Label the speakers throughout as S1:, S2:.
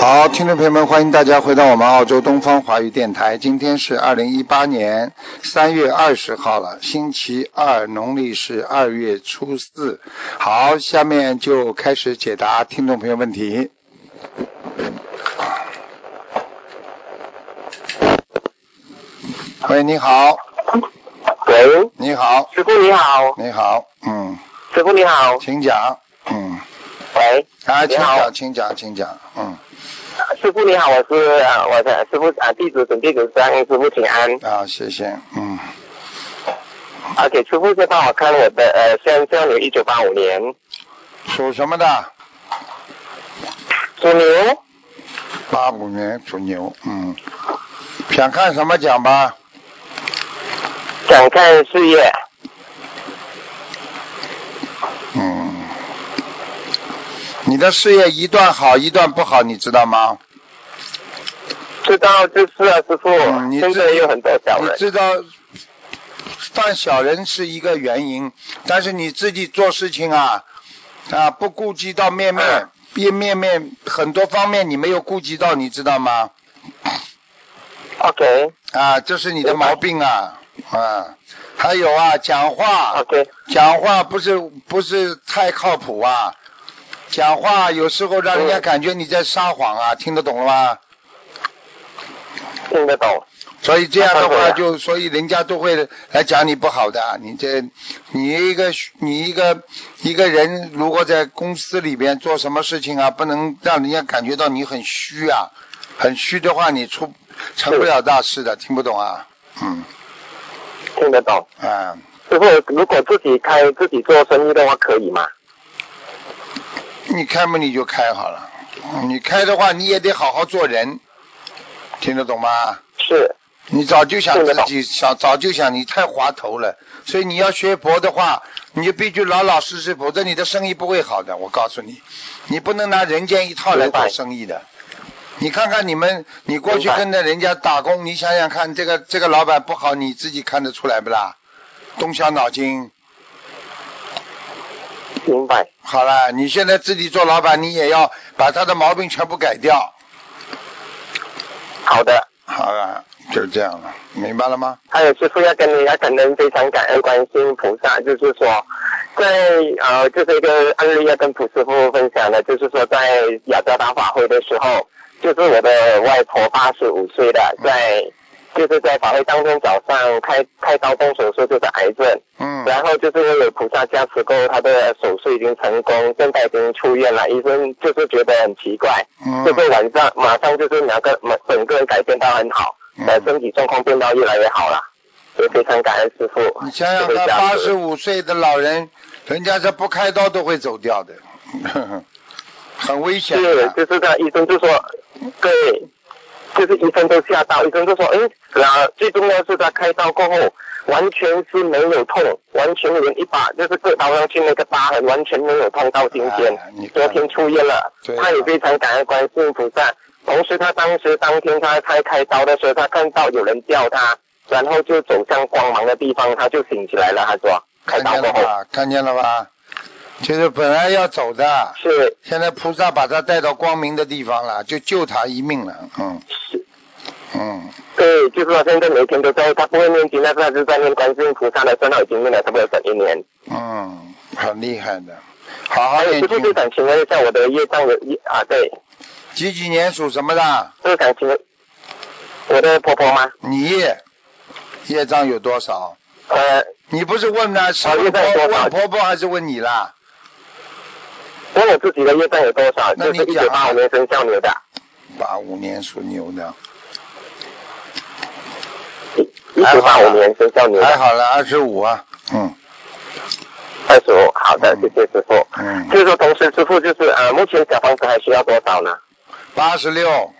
S1: 好，听众朋友们，欢迎大家回到我们澳洲东方华语电台。今天是二零一八年三月二十号了，星期二，农历是二月初四。好，下面就开始解答听众朋友问题。喂，你好，
S2: 喂，
S1: 你好，
S2: 师傅你好，
S1: 你好，嗯，
S2: 师傅你好，
S1: 请讲，嗯，
S2: 喂，
S1: 啊，
S2: 你
S1: 请
S2: 好
S1: 讲，请讲，请讲，嗯，
S2: 师傅你好，我是啊，我的师傅啊，弟子准备主张，师傅请安。
S1: 啊，谢谢，嗯，
S2: 啊，给师傅再帮我看我的呃生肖牛，一九八五年
S1: 属什么的？
S2: 属牛，
S1: 八五年属牛，嗯，想看什么讲吧？
S2: 想看事业，
S1: 嗯，你的事业一段好一段不好，你知道吗？
S2: 知道就是啊，师傅
S1: 嗯你，
S2: 现
S1: 自
S2: 在有很多小
S1: 你
S2: 人，
S1: 知道，犯小人是一个原因，但是你自己做事情啊啊，不顾及到面面
S2: 嗯
S1: 面面面很多方面你没有顾及到，你知道吗？
S2: ，OK
S1: 啊，这是你的毛病啊啊，还有啊，讲话
S2: OK
S1: 讲话不是不是太靠谱啊，讲话有时候让人家
S2: 嗯
S1: 感觉你在撒谎啊，听得懂了吗？
S2: 听得懂，
S1: 所以这样的
S2: 那当然
S1: 话
S2: 了
S1: 就，所以人家都会来讲你不好的。你这，你一个你一个一个人，如果在公司里边做什么事情啊，不能让人家感觉到你很虚啊，很虚的话，你出成不了大事的。听不懂啊？嗯
S2: 听得懂。
S1: 啊，
S2: 师傅，如果自己开自己做生意的话，可以吗？
S1: 你开嘛你就开好了，你开的话你也得好好做人，听得懂吗？
S2: 是
S1: 你早就想
S2: 听得
S1: 自
S2: 懂
S1: 己想，早就想你太滑头了，所以你要学佛的话，你就必须老老实实，否则你的生意不会好的。我告诉你，你不能拿人间一套来
S2: 明
S1: 做
S2: 白
S1: 生意的。你看看你们，你过去
S2: 明白
S1: 跟着人家打工，你想想看，这个这个老板不好，你自己看得出来不啦？动小脑筋。
S2: 明白，
S1: 好了，你现在自己做老板，你也要把他的毛病全部改掉。
S2: 好的。
S1: 好了，就这样了，明白了吗？
S2: 还有师傅要跟你要感恩，非常感恩观世音菩萨，就是说，在呃，就是一个案例要跟普师傅分享的，就是说在雅加达法会的时候，就是我的外婆八十五岁了，在就是在法会当天早上开开刀动手术，就是癌症，
S1: 嗯
S2: 然后就是有菩萨加持过，她的手术已经成功，现在已经出院了，医生就是觉得很奇怪，
S1: 嗯
S2: 就是晚上马上就是两个马整个人改变到很好，
S1: 嗯
S2: 呃，身体状况变到越来越好了，所以非常感恩师傅。
S1: 你想想看，八十五岁的老人，人家这不开刀都会走掉的， 很危险
S2: 是
S1: 的。
S2: 就是那医生就说，对，就是医生都吓到，医生就说，哎，然后最重要是他开刀过后完全是没有痛，完全连一把就是割刀上去那个疤痕完全没有痛到今天，
S1: 哎你看
S2: 昨天出院了
S1: 对，
S2: 他也非常感恩观世音菩萨。同时，他当时当天他开开刀的时候，他看到有人叫他，然后就走向光芒的地方，他就醒起来了。他说，开
S1: 看
S2: 刀
S1: 见
S2: 过
S1: 了
S2: 后
S1: 吧？看见了吧？就是本来要走的，
S2: 是
S1: 现在菩萨把他带到光明的地方了，就救他一命了。嗯
S2: 是
S1: 嗯，
S2: 对，就是说现在每天都在，他不会念经，但是他就在念观世音菩萨的圣号，已经念了差不多整一年。
S1: 嗯，很厉害的。好好
S2: 还有
S1: 念
S2: 师傅就
S1: 经。
S2: 想请问一下我的业障有一啊，对，
S1: 几几年属什么的？
S2: 就是想请问我的婆婆吗？
S1: 你业业障有多少？
S2: 呃，
S1: 你不是问呢？是
S2: 啊
S1: 问
S2: 业障
S1: 婆
S2: 多少
S1: 问婆婆还是问你啦？
S2: 问我自己的业障有多少？
S1: 那
S2: 就
S1: 你
S2: 是一
S1: 讲
S2: 九
S1: 啊
S2: 八五年生肖牛的，
S1: 八五年属牛的，
S2: 一九八五年生肖牛
S1: 还
S2: 的，
S1: 哎好了，二十五啊。嗯
S2: 二十五。好的，谢谢师傅。
S1: 嗯。
S2: 就是说，同时师傅就是呃，目前小房子还需要多少呢？
S1: 八十六，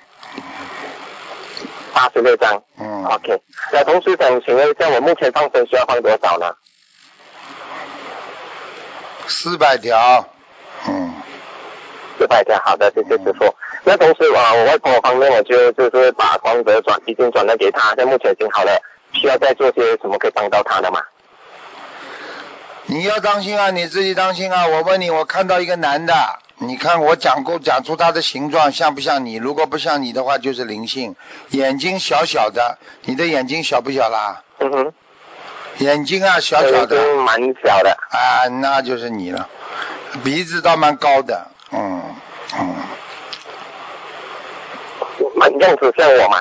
S2: 八十六张。
S1: 嗯，
S2: OK，那同时想请问一下，我目前放生需要放多少呢？
S1: 四百条，嗯，
S2: 是大家好的，谢谢师傅。那同时啊，我外婆方面，我就就是把光德转已经转了给她，那目前已经好了，需要再做些什么可以帮到她的吗？
S1: 你要当心啊，你自己当心啊。我问你，我看到一个男的，你看我讲过，讲出它的形状像不像你？如果不像你的话，就是灵性。眼睛小小的，你的眼睛小不小啦？
S2: 嗯哼，
S1: 眼睛啊，小
S2: 这
S1: 小
S2: 已
S1: 的
S2: 经蛮小的。
S1: 啊，那就是你了。鼻子倒蛮高的，嗯嗯，
S2: 蛮样子像我嘛，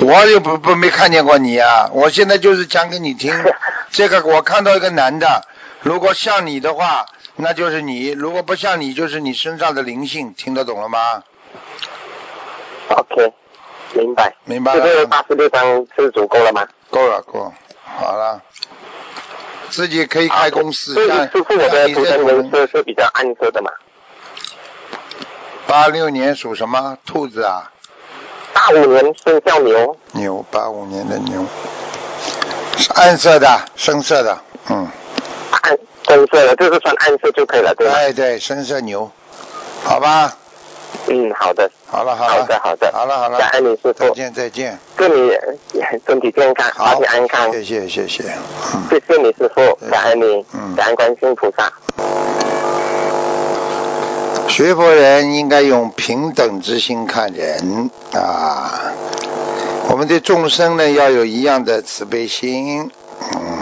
S1: 我又不不没看见过你啊。我现在就是讲给你听， 这个我看到一个男的，如果像你的话，那就是你；如果不像你，就是你身上的灵性，听得懂了吗？
S2: OK，明白。
S1: 明白
S2: 就
S1: 了。
S2: 是八十六张是足够了吗？
S1: 够了，够了，好了，自己可以开公司，
S2: 所以
S1: 像
S2: 啊师傅，我
S1: 像
S2: 的
S1: 你
S2: 图
S1: 这
S2: 腾
S1: 种
S2: 颜色是比较暗色的嘛？
S1: 八六年属什么？兔子啊，
S2: 八五年生肖牛，
S1: 牛，八五年的牛，是暗色的，深色的，嗯，
S2: 暗深色的，就是穿暗色就可以了，对吧？
S1: 对哎对，深色牛，好吧，
S2: 嗯，好的，
S1: 好了好
S2: 好
S1: 了，
S2: 的，好的，
S1: 好了好了，
S2: 感恩你师
S1: 再
S2: 傅，
S1: 见再见，
S2: 祝你呃身体健康，
S1: 好
S2: 身体安康，
S1: 谢谢谢谢，嗯。
S2: 谢谢你
S1: 对
S2: 师傅，感恩你
S1: 嗯，
S2: 感恩观世音菩萨。
S1: 学佛人应该用平等之心看人啊，我们对众生呢要有一样的慈悲心，嗯，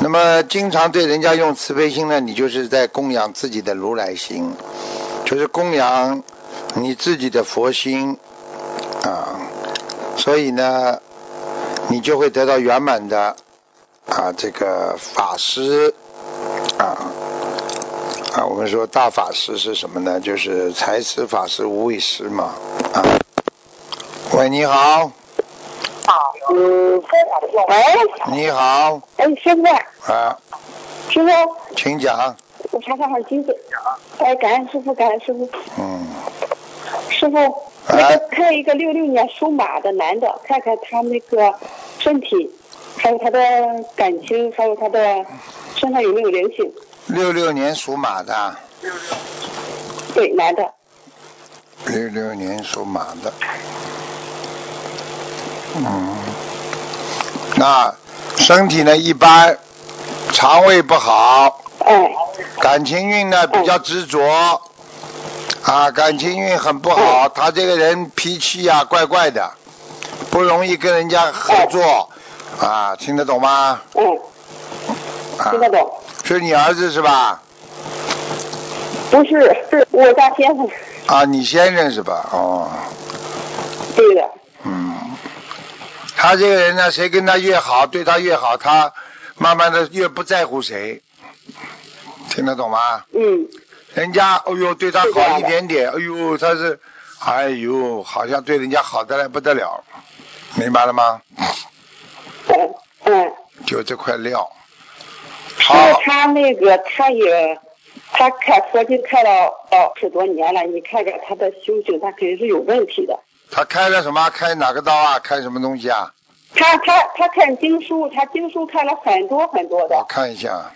S1: 那么经常对人家用慈悲心呢，你就是在供养自己的如来心，就是供养你自己的佛心啊，所以呢，你就会得到圆满的啊这个法师啊。啊，我们说大法师是什么呢？就是财师、法师、无畏师嘛。啊，喂，你好，
S3: 嗯，喂，
S1: 你好，
S3: 哎，师傅，
S1: 啊，
S3: 师傅，
S1: 请讲，
S3: 我查查好机子。哎，感恩师傅，感恩师傅，
S1: 嗯，
S3: 师傅，那个看一个六六年属马的男的，看看他那个身体，还有他的感情，还有他的身上有没有灵性？
S1: 六六年属马的，
S3: 对，男的，
S1: 六六年属马的，嗯，那身体呢一般，肠胃不好，
S3: 哎，
S1: 感情运呢比
S3: 哦
S1: 较执着，啊，感情运很不好。
S3: 哦
S1: 他这个人脾气呀、怪怪的，不容易跟人家合
S3: 哦
S1: 作，啊，听得懂吗？
S3: 嗯，
S1: 啊
S3: 听，得懂？
S1: 是你儿子是吧？
S3: 不是，是我家先生，
S1: 啊，你先生是吧？哦，
S3: 对的，
S1: 嗯，他这个人呢，谁跟他越好，对他越好，他慢慢的越不在乎谁，听得懂吗？
S3: 嗯，
S1: 人家，哎呦，对他
S3: 是这
S1: 好
S3: 样
S1: 一
S3: 的
S1: 点点，哎呦，他是，哎呦，好像对人家好的来不得了，明白了吗？
S3: 嗯嗯。
S1: 就这块料。
S3: 那
S1: 好，
S3: 他那个他也，他开佛经开了哦十多年了，你看看他的修行，他肯定是有问题的。
S1: 他开了什么？开哪个刀啊？开什么东西啊？
S3: 他他他看经书，他经书看了很多很多
S1: 我
S3: 的，
S1: 看一下。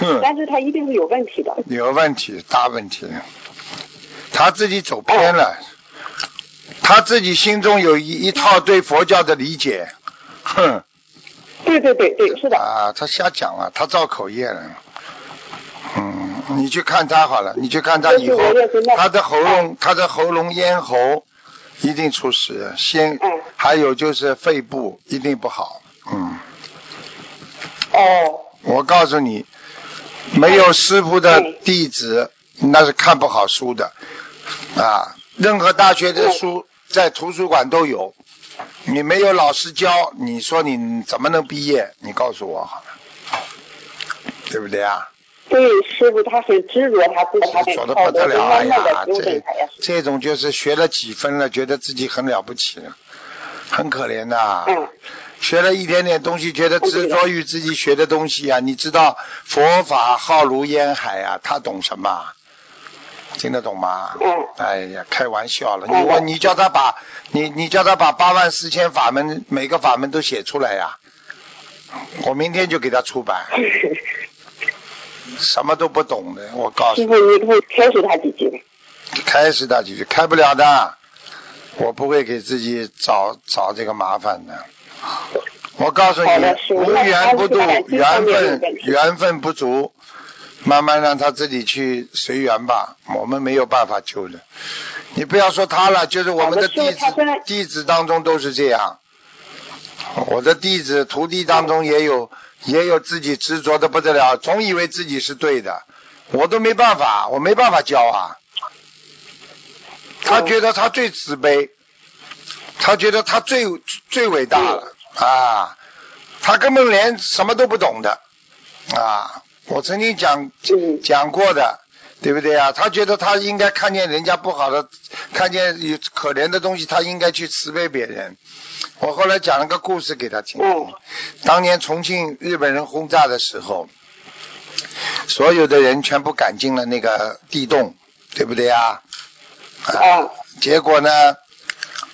S1: 哼，
S3: 但是他一定是有问题的。
S1: 有问题，大问题。他自己走偏了，他自己心中有一一套对佛教的理解。哼，
S3: 对对对对，是的，
S1: 啊，他瞎讲啊，他造口业了。嗯，你去看他好了，你去看他
S3: 就
S1: 以
S3: 是
S1: 后
S3: 我，也是那
S1: 他的喉咙，他的喉咙咽喉一定出事，先
S3: 嗯，
S1: 还有就是肺部一定不好。嗯，
S3: 哦
S1: 我告诉你，没有师傅的
S3: 嗯
S1: 弟子，那是看不好书的啊。任何大学的
S3: 嗯
S1: 书在图书馆都有，你没有老师教，你说你怎么能毕业？你告诉我好了，对不对啊？
S3: 对，师傅他很执着，他自己他
S1: 执着得
S3: 好
S1: 不得
S3: 的，
S1: 了
S3: 慢慢
S1: 哎呀
S3: 的修
S1: 这
S3: 正他呀。
S1: 这种就是学了几分了，觉得自己很了不起了，很可怜呐、
S3: 嗯，
S1: 学了一点点东西，觉得执着于自己学的东西啊！你知道佛法浩如烟海啊，他懂什么啊？听得懂吗？
S3: 嗯
S1: 哎呀，开玩笑了！
S3: 嗯
S1: 你问你叫他把你你叫他把八万四千法门每个法门都写出来呀、我明天就给他出版，什么都不懂的，我告诉你，
S3: 师傅你给我开除他几句吧。
S1: 开始他就是开不了的，我不会给自己找找这个麻烦的。我告诉你
S3: 好的，是
S1: 无缘不渡
S3: 那他
S1: 缘
S3: 们，是不是还是有
S1: 分
S3: 问题
S1: 缘分不足，慢慢让他自己去随缘吧，我们没有办法救的。你不要说他了，就是我们的弟
S3: 好的师
S1: 子
S3: 傅他现在
S1: 弟子当中都是这样。我的弟子徒弟当中也有也有自己执着的不得了，总以为自己是对的，我都没办法，我没办法教啊。他觉得他最慈悲，他觉得他最最伟大了啊，他根本连什么都不懂的啊。我曾经讲
S3: 嗯
S1: 讲过的，对不对啊？他觉得他应该看见人家不好的，看见有可怜的东西，他应该去慈悲别人。我后来讲了个故事给他听。
S3: 嗯
S1: 当年重庆日本人轰炸的时候，所有的人全部赶进了那个地洞，对不对啊？
S3: 啊
S1: 结果呢，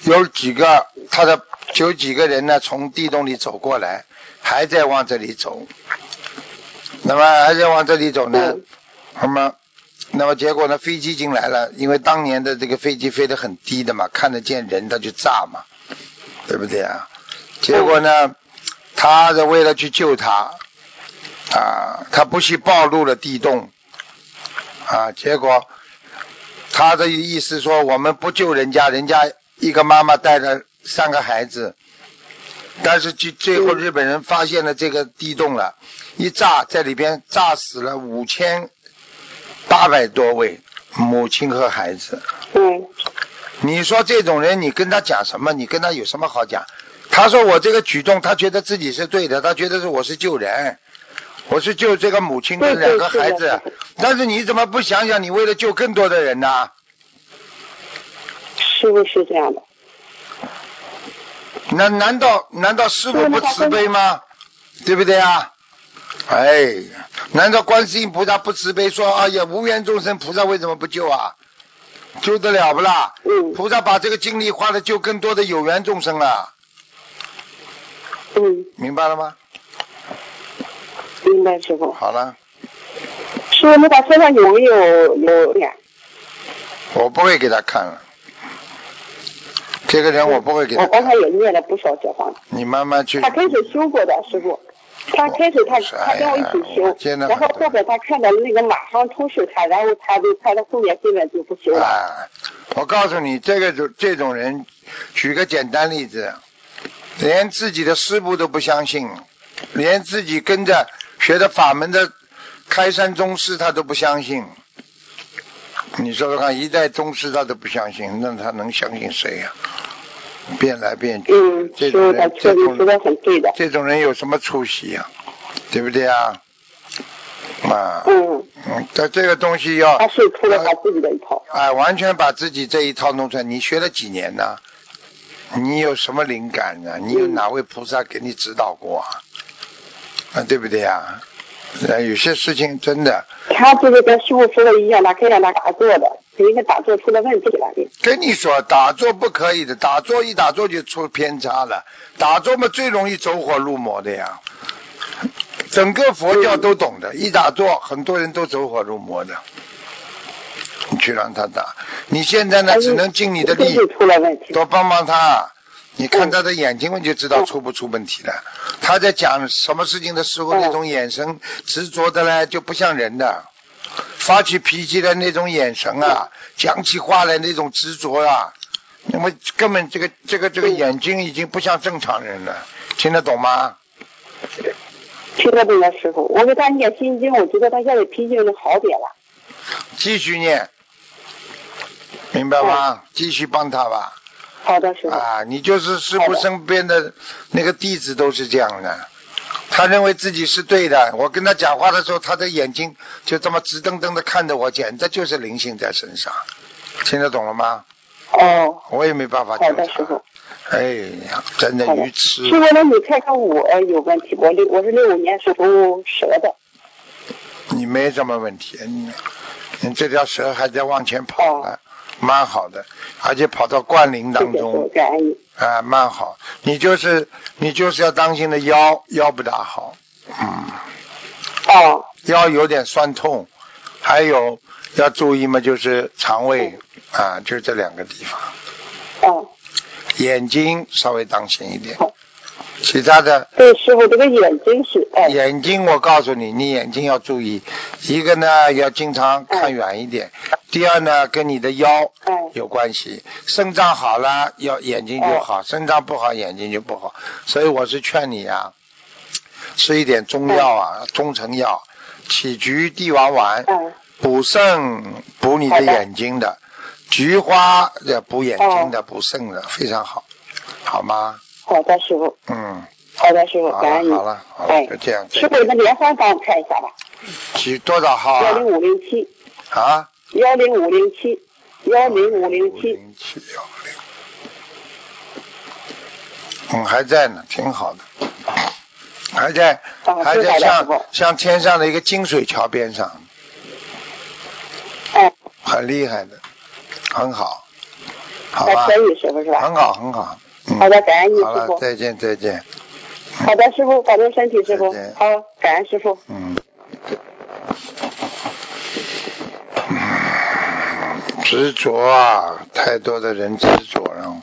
S1: 有几个他的有几个人呢，从地洞里走过来，还在往这里走。那么还在往这里走呢
S3: 嗯，
S1: 那么那么结果呢，飞机进来了，因为当年的这个飞机飞得很低的嘛，看得见人他就炸嘛，对不对啊？结果呢，他的为了去救他，啊，他不惜暴露了地洞，啊，结果他的意思说我们不救人家，人家一个妈妈带着三个孩子，但是最最后日本人发现了这个地洞了，一炸在里边炸死了五千八百多位母亲和孩子。
S3: 嗯
S1: 你说这种人，你跟他讲什么？你跟他有什么好讲？他说我这个举动，他觉得自己是对的，他觉得是我是救人，我是救这个母亲跟两个孩
S3: 对对
S1: 子
S3: 是的。
S1: 但是你怎么不想想，你为了救更多的人呢、
S3: 师傅是这样的，
S1: 难难道难道师傅不慈悲吗？对不对啊？哎呀，难道观世音菩萨不慈悲说哎呀无缘众生菩萨为什么不救啊？救得了不啦？
S3: 嗯
S1: 菩萨把这个精力花的救更多的有缘众生了，
S3: 嗯，
S1: 明白了吗？
S3: 明白师傅。
S1: 好了，
S3: 师傅，那他身上有没有有脸？
S1: 我不会给他看了。这个人我不会给他
S3: 我刚
S1: 看，
S3: 才也念了不少小房子，
S1: 你慢慢去
S3: 他。开始修过的师傅。他开始他
S1: 是
S3: 他跟我一
S1: 哎呀
S3: 起
S1: 我
S3: 修，
S1: 见到
S3: 然后
S1: 很多
S3: 后边他看到那个马上通视他，然后他就他的后面基本就不修了。
S1: 啊，我告诉你，这个种这种人，举个简单例子，连自己的师傅都不相信，连自己跟着学的法门的开山宗师他都不相信。你说说看，一代宗师他都不相信，那他能相信谁呀、变来变去，
S3: 嗯，
S1: 这
S3: 师
S1: 种
S3: 傅他
S1: 人，
S3: 确
S1: 这
S3: 实
S1: 种
S3: 说的很对的。
S1: 这种人有什么出息呀、对不对啊？啊，
S3: 嗯，
S1: 嗯，但这个东西要
S3: 他是出了他自己的一套。
S1: 哎，完全把自己这一套弄出来。你学了几年呢？你有什么灵感呢？你有哪位菩萨给你指导过啊？啊，对不对啊？呃，有些事情真的
S3: 他就是跟师傅说的一样，他跟着他打坐的，人家打坐出了问题了。
S1: 跟你说，打坐不可以的，打坐一打坐就出偏差了，打坐嘛最容易走火入魔的呀。整个佛教都懂的，一打坐很多人都走火入魔的。你去让他打，你现在呢
S3: 哎
S1: 只能尽你的
S3: 自
S1: 力，
S3: 己出了问题。
S1: 多帮帮他。你
S3: 嗯
S1: 看他的眼睛，我就知道出不出问题了。他在讲什么事情的时候，
S3: 嗯
S1: 那种眼神执着的呢，就不像人的；发起脾气的那种眼神
S3: 嗯
S1: 啊，讲起话来那种执着啊，那么根本这个这个这个
S3: 嗯
S1: 眼睛已经不像正常人了，听得懂吗？
S3: 听得懂了，师傅。我给他念心经，我觉得他现在脾气就好点了。
S1: 继续念，明白吗？
S3: 嗯
S1: 继续帮他吧。
S3: 好的，师傅。
S1: 啊，你就是师
S3: 好
S1: 傅
S3: 的
S1: 身边的那个弟子都是这样的，他认为自己是对的。我跟他讲话的时候，他的眼睛就这么直瞪瞪的看着我，简直就是灵性在身上。听得懂了吗？
S3: 哦，
S1: 我也没办法
S3: 好
S1: 救
S3: 的，师傅
S1: 他。。哎呀，真的
S3: 好的
S1: 愚痴
S3: 师。傅，那你看看我
S4: 哎
S3: 有问题，我六我是六五年属蛇的。
S1: 嗯你没什么问题，你你这条蛇还在往前跑呢，蛮好的，而且跑到灌林
S3: 谢
S1: 当
S3: 谢师
S1: 中
S3: 傅，。感恩你。
S1: 啊，蛮好。你就是你就是要当心的腰腰不大好，嗯，
S3: 哦，
S1: 腰有点酸痛，还有要注意嘛，就是肠胃啊，就这两个地方，
S3: 哦，
S1: 眼睛稍微当心一点
S3: 好，
S1: 其他的
S3: 对，师傅这个眼睛是哎，
S1: 眼睛我告诉你，你眼睛要注意，一个呢要经常看远一点，第二呢跟你的腰
S4: 哎
S1: 有关系，肾脏好了要眼睛就好，肾脏不好眼睛就不好，所以我是劝你啊，吃一点中药啊，中成药，杞菊地黄丸，
S3: 哦
S4: 哎
S1: 补肾补你的
S4: 好的
S1: 眼睛的，菊花的补眼睛的，补肾
S4: 哦
S1: 的，非常好，好吗？
S4: 好的师傅，
S1: 嗯，
S4: 好的师傅，
S1: 好
S4: 感
S1: 了
S4: 恩你。
S1: 好了好了
S4: 哎，，
S1: 就这样。
S4: 师傅，你的莲花帮我看一下吧，
S1: 几多少号
S4: 幺
S1: 啊
S4: 零？五零七，
S1: 啊？
S4: 幺零五零七，幺零五零七，
S1: 零七幺零。嗯，还在呢，挺好的，还在，
S4: 啊
S1: 还
S4: 是
S1: 在
S4: 的师
S1: 像
S4: 傅
S1: 像天上的一个金水桥边上，
S4: 哎，
S1: 很厉害的，很好，好
S4: 还
S1: 吧
S4: 可，以师傅是吧？
S1: 很好，很好。嗯、
S4: 好的，感恩你
S1: 好
S4: 师
S1: 了，
S4: 傅。
S1: 再见，再见。
S4: 好的，师傅，保重身体，师傅
S1: 再见。
S4: 好，感恩师傅。
S1: 嗯，执着啊，太多的人执着了。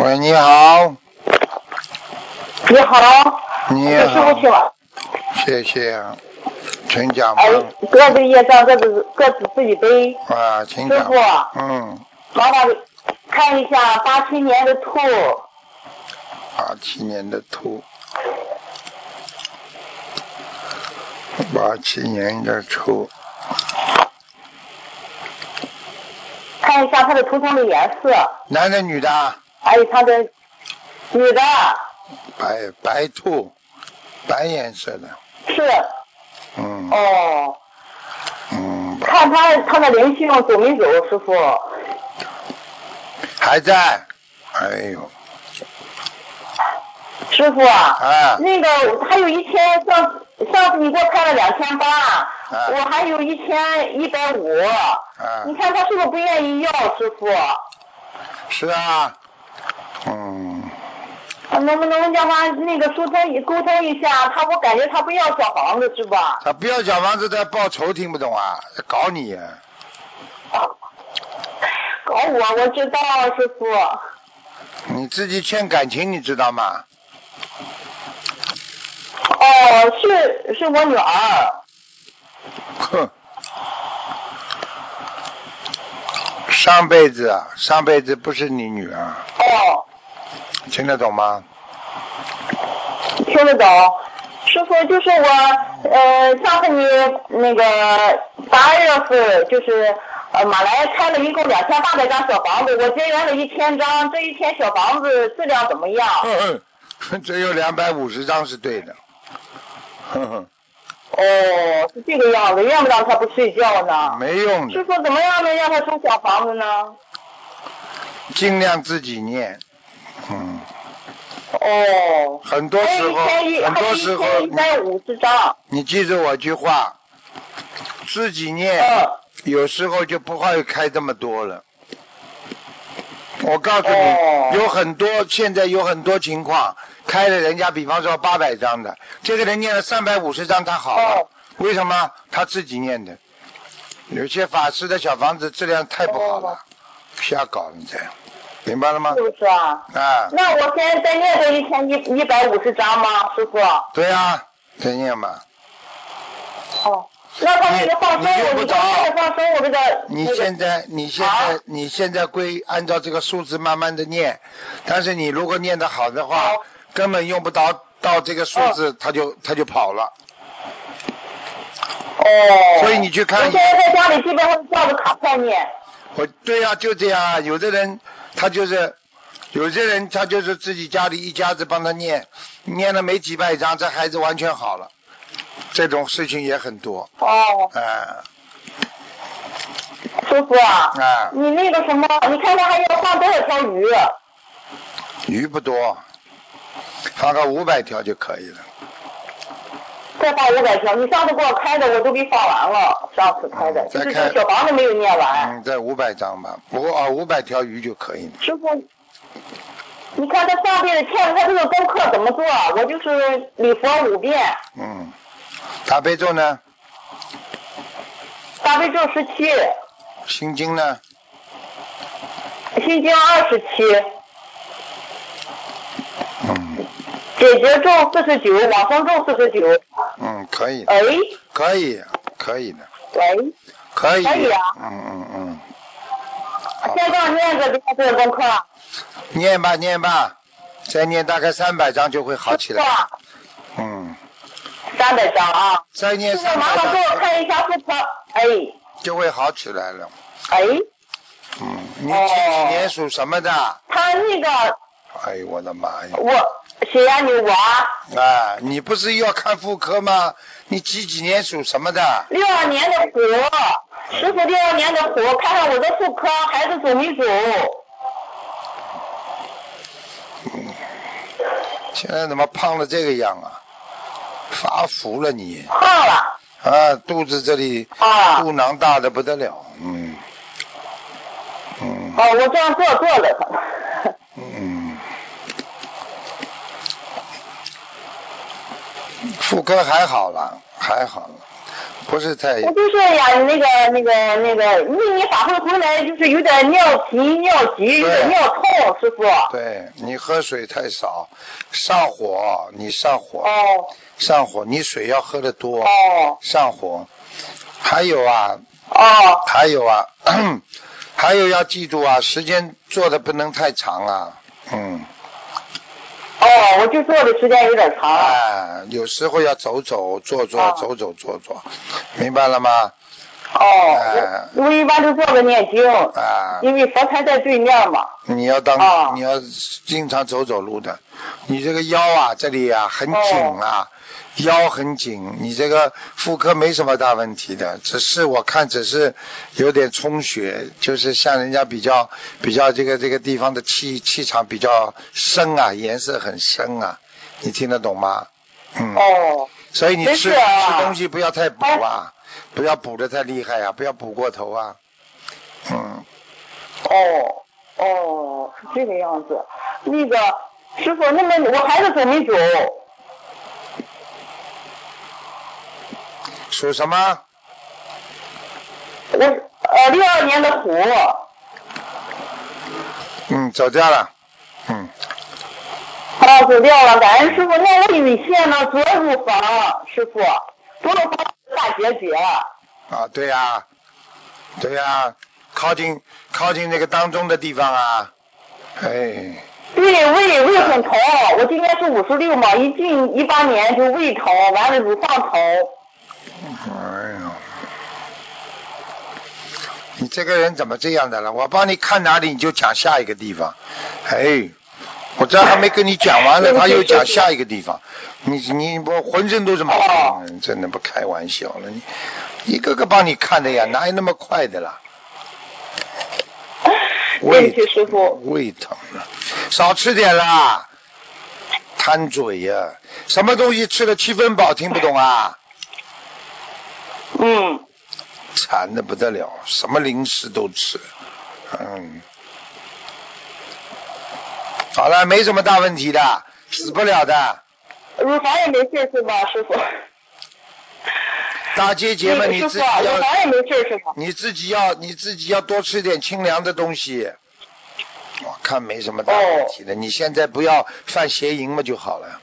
S1: 喂，你好，
S3: 你好，
S1: 你
S3: 师
S1: 好
S3: 傅，请。
S1: 谢谢啊，请讲吧
S3: 哎，各自业障，各自各自自己背。
S1: 啊，请
S3: 哎师
S1: 讲
S3: 傅，。
S1: 嗯，
S3: 麻烦你看一下八七年的兔，
S1: 八七年的兔，八七年的兔，
S3: 看一下它的图腾的颜色，
S1: 男的女的啊？
S3: 还有它的女的，
S1: 白白兔，白颜色的。
S3: 是
S1: 嗯
S3: 哦，
S1: 嗯，
S3: 看它它的灵性走没走，师傅？
S1: 还在。哎呦，
S3: 师傅啊，
S1: 啊
S3: 那个还有一千，上上次你给我开了两千八，我还有一千一百五，
S1: 啊
S3: 你，看他是不是不愿意要，师傅？
S1: 是啊，嗯，
S3: 啊，能不能让他那个沟通沟通一下？他我感觉他不要小房子是吧？
S1: 他啊不要小房子，他报仇，听不懂啊？搞你啊，
S3: 搞我，我知道啊师傅。
S1: 你自己欠感情，你知道吗？
S3: 哦，是是我女儿。
S1: 哼，上辈子啊，上辈子不是你女儿，
S3: 哦，
S1: 听得懂吗？
S3: 听得懂。师傅，就是我，呃，上次你那个八月份就是呃马来开了一共两千八百张小房子，我结缘了一千张，这一千小房子质量怎么样？
S1: 嗯嗯，只有两百五十张是对的。哼哼。
S3: 哦，是这个样子，怨不得他不睡觉呢。
S1: 没用
S3: 师
S1: 的，
S3: 傅，怎么样能让他住小房子呢？
S1: 尽量自己念。嗯，
S3: 哦，
S1: 很多
S3: 还
S1: 时
S3: 有
S1: 候
S3: 一千一，，
S1: 很
S3: 还有
S1: 多
S3: 一
S1: 时候嗯
S3: 千一百五十张。
S1: 你你记住我句话，自己念，
S3: 嗯，
S1: 有时候就不会开这么多了。我告诉
S3: 哦
S1: 你，有很多现在有很多情况，开了人家比方说八百张的，这个人念了三百五十张，他好了
S3: 哦，
S1: 为什么？他自己念的。有些法师的小房子质量太不好
S3: 哦
S1: 了，瞎搞你这样，明白了吗
S3: 是？不是啊？
S1: 啊。
S3: 那我现在再念这一千一一百五十张吗，师傅？
S1: 对啊，再念吧。
S3: 哦，那他那个放生，
S1: 你你用
S3: 我
S1: 不
S3: 给
S1: 着
S3: 他那个放生，我给他
S1: 你
S3: 那个哦
S1: 现在，你现在
S3: 啊，
S1: 你现在归按照这个数字慢慢的念，但是你如果念得好的话
S3: 好，
S1: 根本用不着到这个数字，它就它就跑了。
S3: 哦，
S1: 所以你去看
S3: 我现在在家里基本上照着卡片念。
S1: 我对呀、就这样啊。有的人他就是，有些人他就是自己家里一家子帮他念，念了没几百张，这孩子完全好了。这种事情也很多，
S3: 哦，
S1: 啊、
S3: 师傅啊，
S1: 啊
S3: 你那个什么，你看他还要放多少条鱼？
S1: 鱼不多，放个五百条就可以了。
S3: 再放五百条，你上次给我开的我都给放完了，上次开的，
S1: 嗯
S3: 就
S1: 再
S3: 是
S1: 开
S3: 这小房子没有念完。
S1: 嗯，在五百张吧，不过啊，五百条鱼就可以了。
S3: 师傅，你看他上辈子欠了他这个功课怎么做？我就是礼佛五遍，
S1: 嗯，大悲咒呢，
S3: 大悲咒十七，
S1: 心经呢，
S3: 心经二十七，
S1: 嗯
S3: 解结咒四十九，往生咒四十九。
S1: 嗯，嗯，可以，
S3: 哎，
S1: 可以，可以的，
S3: 喂，
S1: 可以，
S3: 可以啊
S1: 嗯嗯嗯，好
S3: 先给我念个这个功课，
S1: 念吧念吧，再念大概三百张就会好起来，
S3: 是
S1: 嗯，
S3: 三百张啊，
S1: 再
S3: 师
S1: 念
S3: 傅
S1: 三
S3: 麻
S1: 百
S3: 烦给我
S1: 张
S3: 看一下妇科，哎
S1: 就会好起来了，
S3: 哎，
S1: 嗯，你
S3: 哦
S1: 几几年属什么的？
S3: 他那个
S1: 哎呦我的妈呀！
S3: 我谁让你我啊
S1: 啊，你不是要看妇科吗？你几几年属什么的？
S3: 六二年的虎，师傅六二年的虎，看看我的妇科孩子走没走？
S1: 现在怎么胖了这个样啊？发福了你
S3: 胖了
S1: 啊！肚子这里
S3: 啊！
S1: 肚囊大的不得了，嗯，嗯
S3: 哦，我这样做做了，
S1: 嗯。妇科还好了，还好了，不是太
S3: 我就是呀，那个那个那个，命你法会回来就是有点尿急尿急，有点尿痛，师傅。
S1: 对。你喝水太少，上火，你上火，
S3: 哦
S1: 上火，你水要喝的多。
S3: 哦
S1: 上火。还有啊，
S3: 哦
S1: 还有啊， 还有要记住啊，时间做的不能太长啊。嗯，
S3: 哦，我就坐的时间有点长了。
S1: 哎，有时候要走走坐坐，
S3: 哦
S1: 走走坐坐，明白了吗？哎
S3: 哦，我我一般都坐着念经，
S1: 啊，
S3: 因为佛台在对面嘛。
S1: 你要当、
S3: 哦
S1: 你要经常走走路的，你这个腰啊这里啊很紧啊，腰很紧，你这个妇科没什么大问题的，只是我看只是有点充血，就是像人家比较比较这个这个地方的气气场比较深啊，颜色很深啊，你听得懂吗？嗯，
S3: 哦
S1: 所以你
S3: 真
S1: 吃、
S3: 是啊
S1: 吃东西不要太补啊，不要补的太厉害啊，不要补过头啊，嗯，
S3: 哦哦，是这个样子。那个师傅，那么我孩子走没走？
S1: 属什么？
S3: 我呃六二年的虎，哦
S1: 嗯，走掉了。嗯，
S3: 走掉了，感恩师傅。那我乳腺呢？左乳房，师傅，左乳房大结节。
S1: 啊，对呀、对呀、靠近靠近那个当中的地方啊，哎，
S3: 对，胃胃很疼，我今年是五十六嘛，一进一八年就胃疼，完了乳房疼。
S1: 哎呦，你这个人怎么这样的了？我帮你看哪里，你就讲下一个地方。哎，我这还没跟你讲完了，
S3: 哎对不
S1: 他
S3: 起
S1: 又
S3: 对
S1: 讲
S3: 不起
S1: 下一个地方。你你我浑身都是毛
S3: 哦
S1: 病，真的不开玩笑了。你一个个帮你看的呀，哪有那么快的啦？
S3: 对不起，师傅。
S1: 胃疼了，少吃点啦，贪嘴呀、什么东西吃了七分饱，听不懂啊？
S3: 嗯，
S1: 馋的不得了，什么零食都吃，嗯，好了，没什么大问题的，死不了的。
S3: 乳房也没事是吧，师傅？
S1: 大结节嘛，
S3: 那个
S1: 你
S3: 师
S1: 自
S3: 傅
S1: 己
S3: 啊，乳
S1: 要，
S3: 房也没事是吧？
S1: 你自己要，你自己要多吃点清凉的东西。我看没什么大
S3: 哦
S1: 问题的，你现在不要犯邪淫嘛就好了。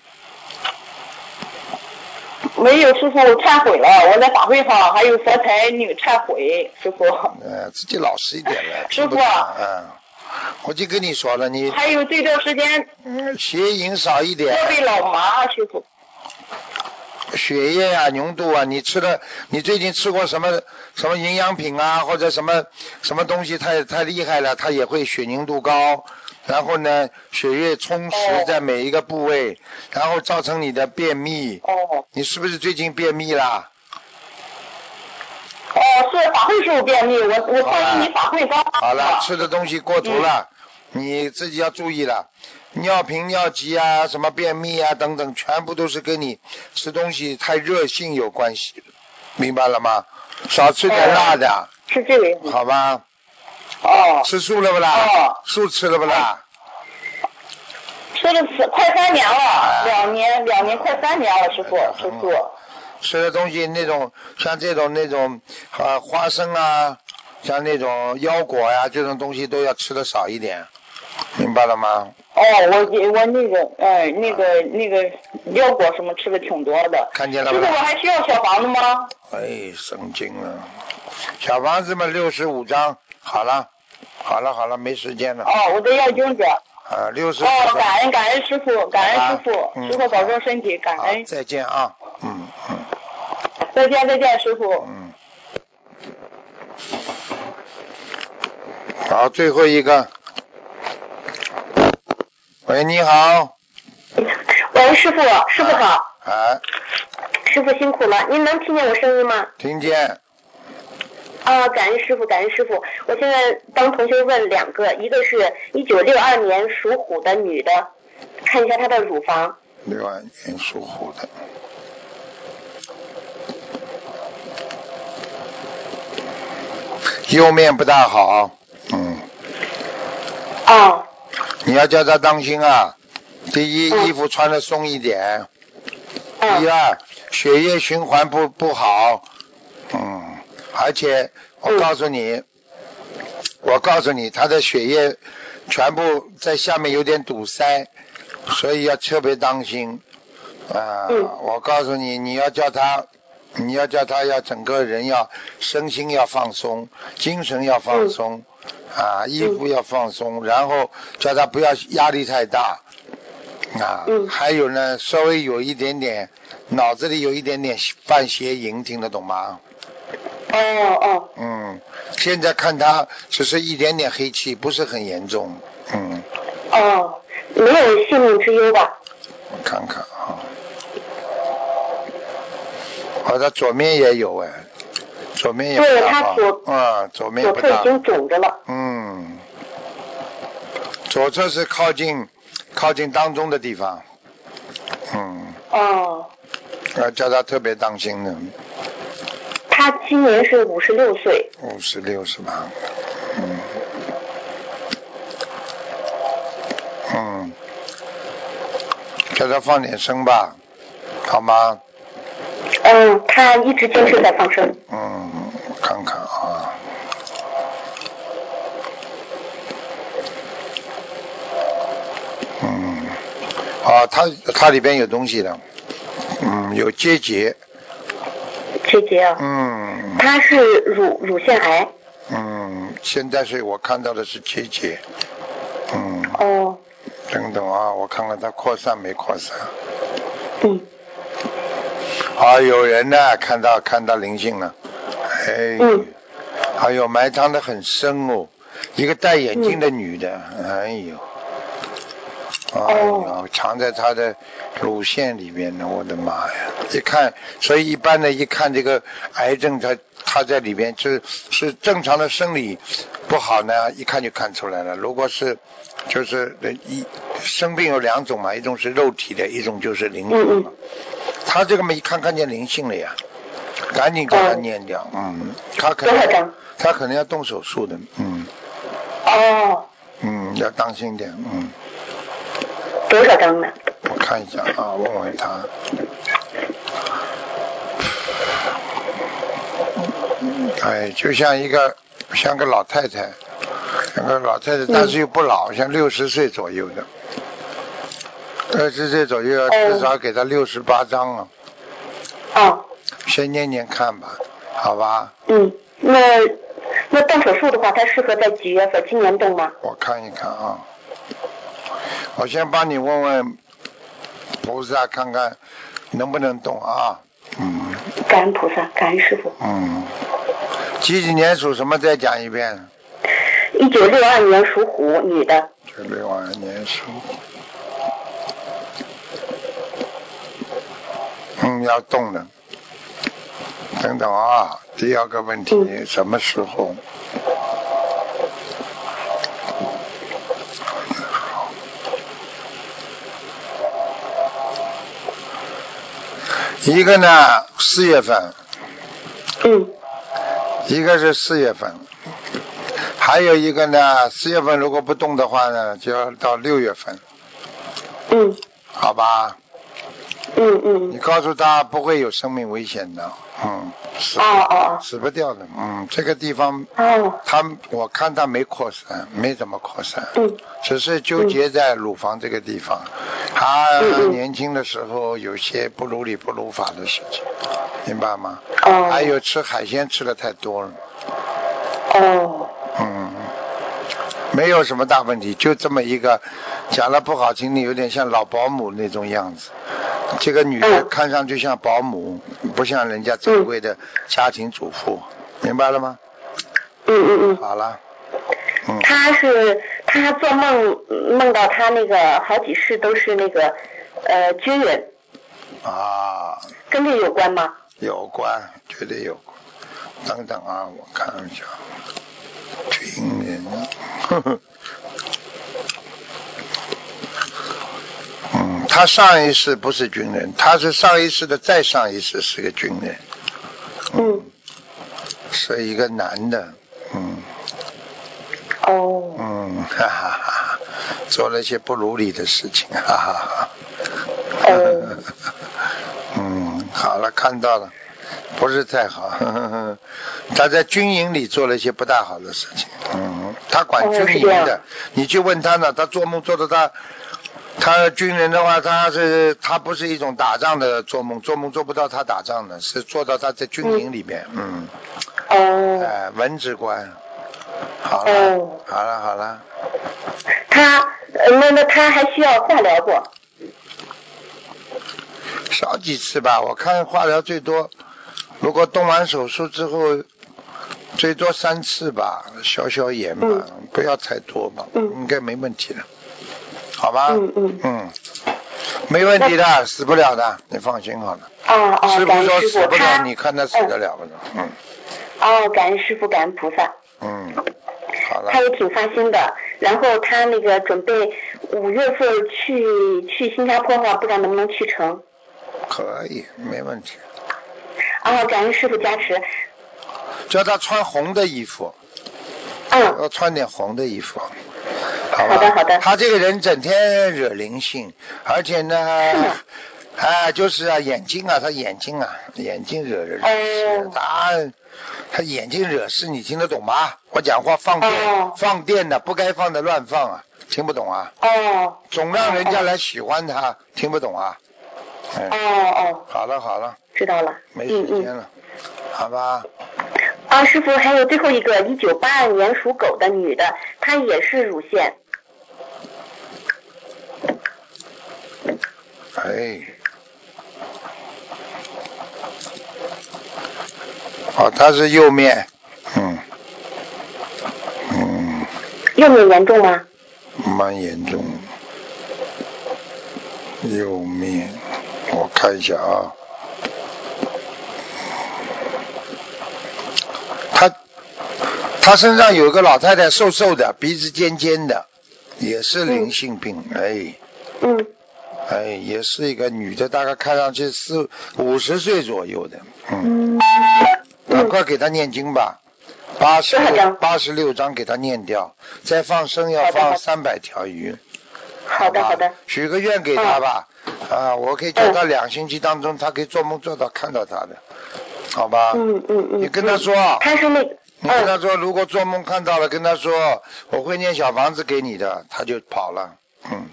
S3: 没有，师傅，我忏悔了。我在法会上还有佛台女忏悔，师傅。
S1: 呃，自己老实一点了。
S3: 师傅
S1: 听不懂嗯，我就跟你说了，你
S3: 还有这段时间
S1: 嗯邪淫少一点，
S3: 腰背老麻，啊师傅。
S1: 血液啊、浓度啊，你吃的，你最近吃过什么什么营养品啊，或者什么什么东西太太厉害了，它也会血凝度高，然后呢，血液充实
S3: 哦
S1: 在每一个部位，然后造成你的便秘。
S3: 哦
S1: 你是不是最近便秘啦？
S3: 哦，是法会时候便秘，我我上次你法会刚
S1: 好了，
S3: 了
S1: 吃的东西过头了，你自己要注意了。尿频、尿急啊，什么便秘啊等等，全部都是跟你吃东西太热性有关系，明白了吗？少吃点辣的，
S3: 是这个样子。
S1: 好吧？
S3: 哦，
S1: 吃素了不啦
S3: 哦？
S1: 素吃了不啦？
S3: 吃了四快三年
S1: 哎
S3: 了，两年两年快三年了，师傅
S1: 哎
S3: 师傅
S1: 很。好吃的东西那种像这种那种啊花生啊，像那种腰果呀、这种东西都要吃的少一点。明白了吗？
S3: 哦，我也我那个呃那个那个腰果什么吃的挺多的，
S1: 看见了
S3: 就是
S1: 吧
S3: 我？还需要小房子吗？
S1: 哎，神经了！小房子嘛，六十五张，好了，好了，好了，没时间了
S3: 哦，我的要经者。
S1: 啊，六十五
S3: 哦，
S1: 张，
S3: 感恩感恩师傅，感恩师
S1: 好吧嗯
S3: 傅，师傅保重身体，感
S1: 好，
S3: 恩，
S1: 再见啊，嗯嗯
S3: 再见再见，师傅。
S1: 嗯，好，最后一个，喂，你好，
S3: 喂，师傅，师傅好，
S1: 哎，
S3: 师傅辛苦了，您能听见我声音吗？
S1: 听见，
S3: 啊，感恩师傅，感恩师傅。我现在帮同学问两个，一个是一九六二年属虎的女的，看一下她的乳房。
S1: 六二年属虎的，右面不大好，嗯。
S3: 哦，
S1: 你要叫他当心啊！第一，
S3: 嗯
S1: 衣服穿的松一点；第
S3: 嗯，
S1: 二，血液循环不不好。嗯，而且我告诉你，我告诉你，他的血液全部在下面有点堵塞，所以要特别当心。啊、
S3: 嗯
S1: 我告诉你，你要叫他，你要叫他要整个人要身心要放松，精神要放松，啊，衣服要放松，然后叫他不要压力太大，啊，
S3: 嗯
S1: 还有呢，稍微有一点点脑子里有一点点犯邪淫，听得懂吗？
S3: 哦哦，
S1: 嗯，现在看他只是一点点黑气，不是很严重。嗯，
S3: 哦，没有性命之忧吧？
S1: 我看看啊，哦，他左面也有哎，左面也不
S3: 对
S1: 大
S3: 他
S1: 好
S3: 左，
S1: 嗯，左面
S3: 左
S1: 不
S3: 侧
S1: 大
S3: 已，经肿着了。
S1: 嗯，左侧是靠近靠近当中的地方，嗯，
S3: 哦，
S1: 要叫他特别当心的，
S3: 她今年是五十六岁。
S1: 五十六是吧？嗯，嗯，叫他放点声吧，好吗？
S3: 嗯，她一直坚持在放生。
S1: 嗯，我看看啊。嗯，啊，它它里边有东西的，嗯，有结节，
S3: 姐姐啊，
S1: 嗯
S3: 她是乳乳腺癌。
S1: 嗯，现在是我看到的是结节，嗯，
S3: 哦，
S1: 等等啊，我看看它扩散没扩散，
S3: 嗯
S1: 啊，有人呢，看到看到灵性了，哎，
S3: 嗯
S1: 哎呦，埋藏的很深哦，一个戴眼镜
S3: 嗯
S1: 的女的，哎呦，
S3: 哦
S1: 哎呦，藏在她的乳腺里面呢，我的妈呀！一看，所以一般的，一看这个癌症它，它在里边是是正常的生理不好呢，一看就看出来了。如果是就是呃一生病有两种嘛，一种是肉体的，一种就是灵性
S3: 嗯
S1: 嘛。他这个嘛，一看看见灵性了呀，赶紧给他
S3: 哦
S1: 念掉，嗯，他可
S3: 多少
S1: 能
S3: 张
S1: 他可能要动手术的，嗯
S3: 哦，
S1: 嗯，要当心点，嗯，
S3: 多少张呢？
S1: 我看一下啊，问问他。哎，就像一个像个老太太，像个老太太，但是又不
S3: 嗯
S1: 老，像六十岁左右的，六十岁左右，至少给她六十八张了，
S3: 哦，
S1: 先念念看吧，好吧？
S3: 嗯，那那动手术的话，它适合在几月份？今年动吗？
S1: 我看一看啊，我先帮你问问菩萨，看看能不能动啊？嗯
S3: 感恩菩萨，感恩师傅。
S1: 嗯，几几年属什么？再讲一遍。
S3: 一九六二年属虎，女的。
S1: 这六二年属。嗯，要动的。等等啊，第二个问题
S3: 嗯
S1: 什么时候？一个呢，四月份，
S3: 嗯，
S1: 一个是四月份，还有一个呢，四月份如果不动的话呢，就要到六月份，
S3: 嗯
S1: 好吧？
S3: 嗯嗯
S1: 你。告诉他不会有生命危险的，嗯，死
S3: 哦哦
S1: 死不掉的，嗯，这个地方
S3: 哦，
S1: 他我看他没扩散，没怎么扩散，
S3: 嗯
S1: 只是纠结在乳房这个地方。他
S3: 嗯嗯
S1: 年轻的时候有些不如理不如法的事情，明白吗？
S3: 哦。
S1: 还有吃海鲜吃的太多了，
S3: 哦
S1: 嗯，没有什么大问题，就这么一个，讲的不好听的，有点像老保姆那种样子。这个女的
S3: 嗯
S1: 看上去像保姆，不像人家正规的家庭主妇，明白了吗？
S3: 嗯嗯嗯。
S1: 好了，嗯，
S3: 他是他做梦梦到他那个好几世都是那个呃军人，
S1: 啊。
S3: 跟这有关吗？
S1: 有关，绝对有关。等等啊，我看一下，军人，呵呵， 嗯，他上一世不是军人，他是上一世的再上一世是个军人，
S3: 嗯。
S1: 是一个男的，嗯
S3: 哦。
S1: 嗯，哈哈哈哈，做了一些不如理的事情，哈哈哈
S3: 哦
S1: 哈。 嗯，好了，看到了，不是太好。呵呵呵他在军营里做了一些不大好的事情。嗯，他管
S3: 哦
S1: 军
S3: 是
S1: 营
S3: 这样
S1: 的，你去问他呢，他做梦做的他。他军人的话，他是他不是一种打仗的做梦，做梦做不到他打仗的，是做到他在军营里面，嗯，
S3: 哦。
S1: 哎、文职官，好了，
S3: 哦
S1: 好了，好了，
S3: 他呃那那他还需要化疗不？
S1: 少几次吧，我看化疗最多，如果动完手术之后，最多三次吧，消消炎吧，不要太多吧，
S3: 嗯
S1: 应该没问题的，好吧？
S3: 嗯嗯
S1: 嗯没问题的，死不了的，你放心好了。
S3: 啊啊，
S1: 师傅
S3: 感啊
S1: 说
S3: 恩
S1: 死
S3: 师
S1: 不
S3: 傅，
S1: 了，
S3: 他
S1: 你看他死得了不了？嗯
S3: 哦，感恩师傅，感恩菩萨，
S1: 嗯，好了
S3: 他，也挺发心的。然后他那个准备五月份去去新加坡的话，不知道能不能去成。
S1: 可以，没问题。
S3: 啊，感恩师傅加持。
S1: 叫他穿红的衣服，
S3: 嗯，
S1: 要穿点红的衣服。好吧
S3: 好的好的
S1: 他这个人整天惹灵性，而且
S3: 是
S1: 呢
S3: 吗，
S1: 啊，就是啊，眼睛啊，他眼睛啊，眼睛惹人
S3: 哦
S1: 他他眼睛惹事，你听得懂吗？我讲话放电，
S3: 哦
S1: 放电的，不该放的乱放啊，听不懂啊？
S3: 哦
S1: 总让人家来喜欢他，听不懂啊？
S3: 哦
S1: 嗯，
S3: 哦，
S1: 好了好了，
S3: 知道了。
S1: 没时
S3: 嗯
S1: 间
S3: 嗯。
S1: 了，好吧？
S3: 啊，师傅，还有最后一个，一九八二年属狗的女的，她也是乳腺。
S1: 哎，哦，他是右面，嗯，嗯，
S3: 右面严重吗？
S1: 蛮严重的，右面，我看一下啊，他他身上有一个老太太，瘦瘦的，鼻子尖尖的，也是灵性病，哎。
S3: 嗯。
S1: 哎，也是一个女的，大概看上去四五十岁左右的，嗯，
S3: 嗯。
S1: 赶呃快给她念经吧，八十
S3: 多少张
S1: 八十六章给她念掉，再放生要
S3: 好的好
S1: 放
S3: 的
S1: 三百条鱼，
S3: 好的
S1: 吧
S3: 好的。嗯
S1: 许个愿给她吧，啊，我可以叫她两星期当中，她可以做梦做到看到她的，好吧？
S3: 嗯嗯嗯。
S1: 你跟她说，
S3: 她是那个。
S1: 你跟她
S3: 嗯。
S1: 说，如果做梦看到了，跟她说我会念小房子给你的，她就跑了，嗯，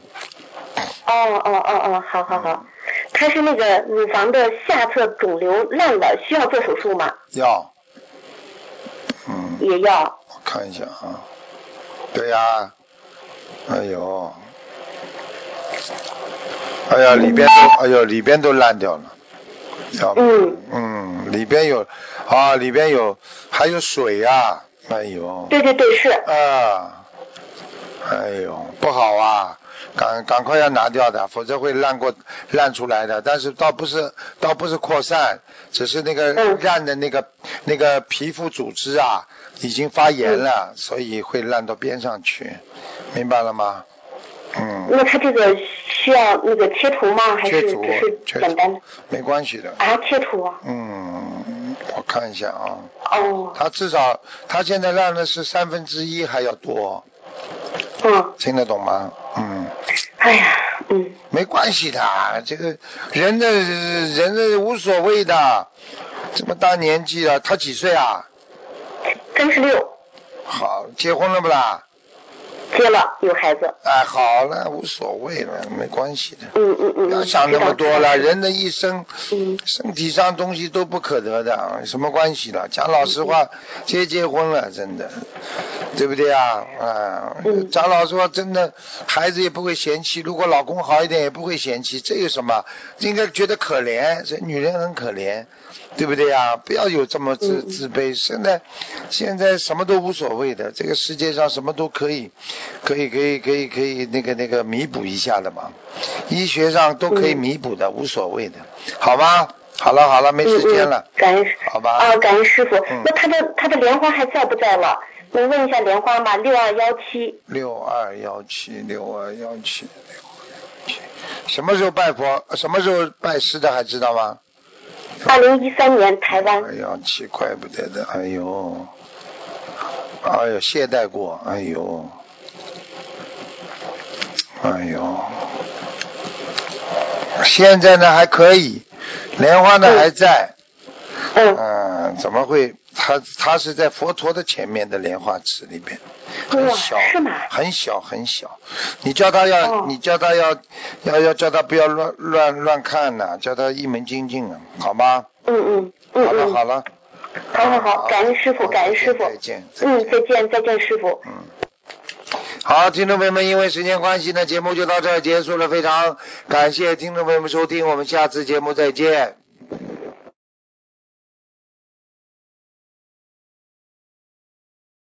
S3: 哦哦哦哦，好好好。她是那个乳房的下侧肿瘤烂了，需要做手术吗？
S1: 要，嗯。
S3: 也要。
S1: 我看一下啊，对呀、哎呦，哎呀，里边都，哎呦，里边都烂掉了，要不
S3: 嗯
S1: 嗯，里边有啊，里边有还有水呀、哎呦，
S3: 对对对，是。
S1: 啊，哎呦，不好啊，赶赶快要拿掉的，否则会烂过烂出来的。但是倒不是倒不是扩散，只是那个
S3: 嗯
S1: 烂的那个、那个皮肤组织啊已经发炎了，所以会烂到边上去，明白了吗？嗯，
S3: 那她这个需要那个切除吗？还
S1: 切
S3: 是
S1: 除
S3: 只
S1: 切
S3: 是简单的
S1: 除？没关系的。
S3: 啊？切除啊？
S1: 嗯，我看一下啊，
S3: 哦，
S1: 他至少他现在烂的是三分之一还要多，
S3: 嗯，
S1: 听得懂吗？嗯。
S3: 啊，哎呀，嗯，
S1: 没关系的，这个人的人的无所谓的，这么大年纪了，他几岁啊？
S3: 三十六，
S1: 好，结婚了不啦？
S3: 结了，有孩子。
S1: 哎，好了，无所谓了，没关系的，
S3: 嗯嗯嗯。
S1: 不要想那么多了。人的一生，
S3: 嗯
S1: 身体上东西都不可得的，什么关系了？讲老实话，结结婚了，真的，对不对啊？啊，
S3: 嗯
S1: 讲老实话，真的，孩子也不会嫌弃，如果老公好一点，也不会嫌弃，这有什么？应该觉得可怜，这女人很可怜，对不对呀、不要有这么自自卑。现在现在什么都无所谓的，这个世界上什么都可以，可以可以可以可以那个那个弥补一下的嘛，医学上都可以弥补的，无所谓的，好吗？好了好了，没时间了
S3: 嗯，嗯、感恩师
S1: 好吧
S3: 啊、感恩师傅。
S1: 嗯
S3: 那他的他的莲花还在不在了？能问一下莲花吗？六二幺七，
S1: 六二幺七六二幺七。什么时候拜佛？什么时候拜师的还知道吗？
S3: 二零一三年台湾。
S1: 哎呀，奇怪不得的，哎呦，哎呦，懈怠过，哎呦，哎呦，现在呢还可以，莲花呢还在，
S3: 嗯
S1: 嗯，怎么会？它它是在佛陀的前面的莲花池里边，很
S3: 哇
S1: 小
S3: 是吗，
S1: 很小，很小。你叫他要，
S3: 哦
S1: 你叫他要，要要叫他不要乱乱乱看呐、叫他一门精进啊，好吗？
S3: 嗯嗯嗯
S1: 好了
S3: 嗯，
S1: 好了。
S3: 好好好，感恩师傅，
S1: 好
S3: 感恩师傅。
S1: 再见再见
S3: 嗯，再见再见师傅。
S1: 好，听众朋友们，因为时间关系呢，节目就到这儿结束了。非常感谢听众朋友们收听，我们下次节目再见。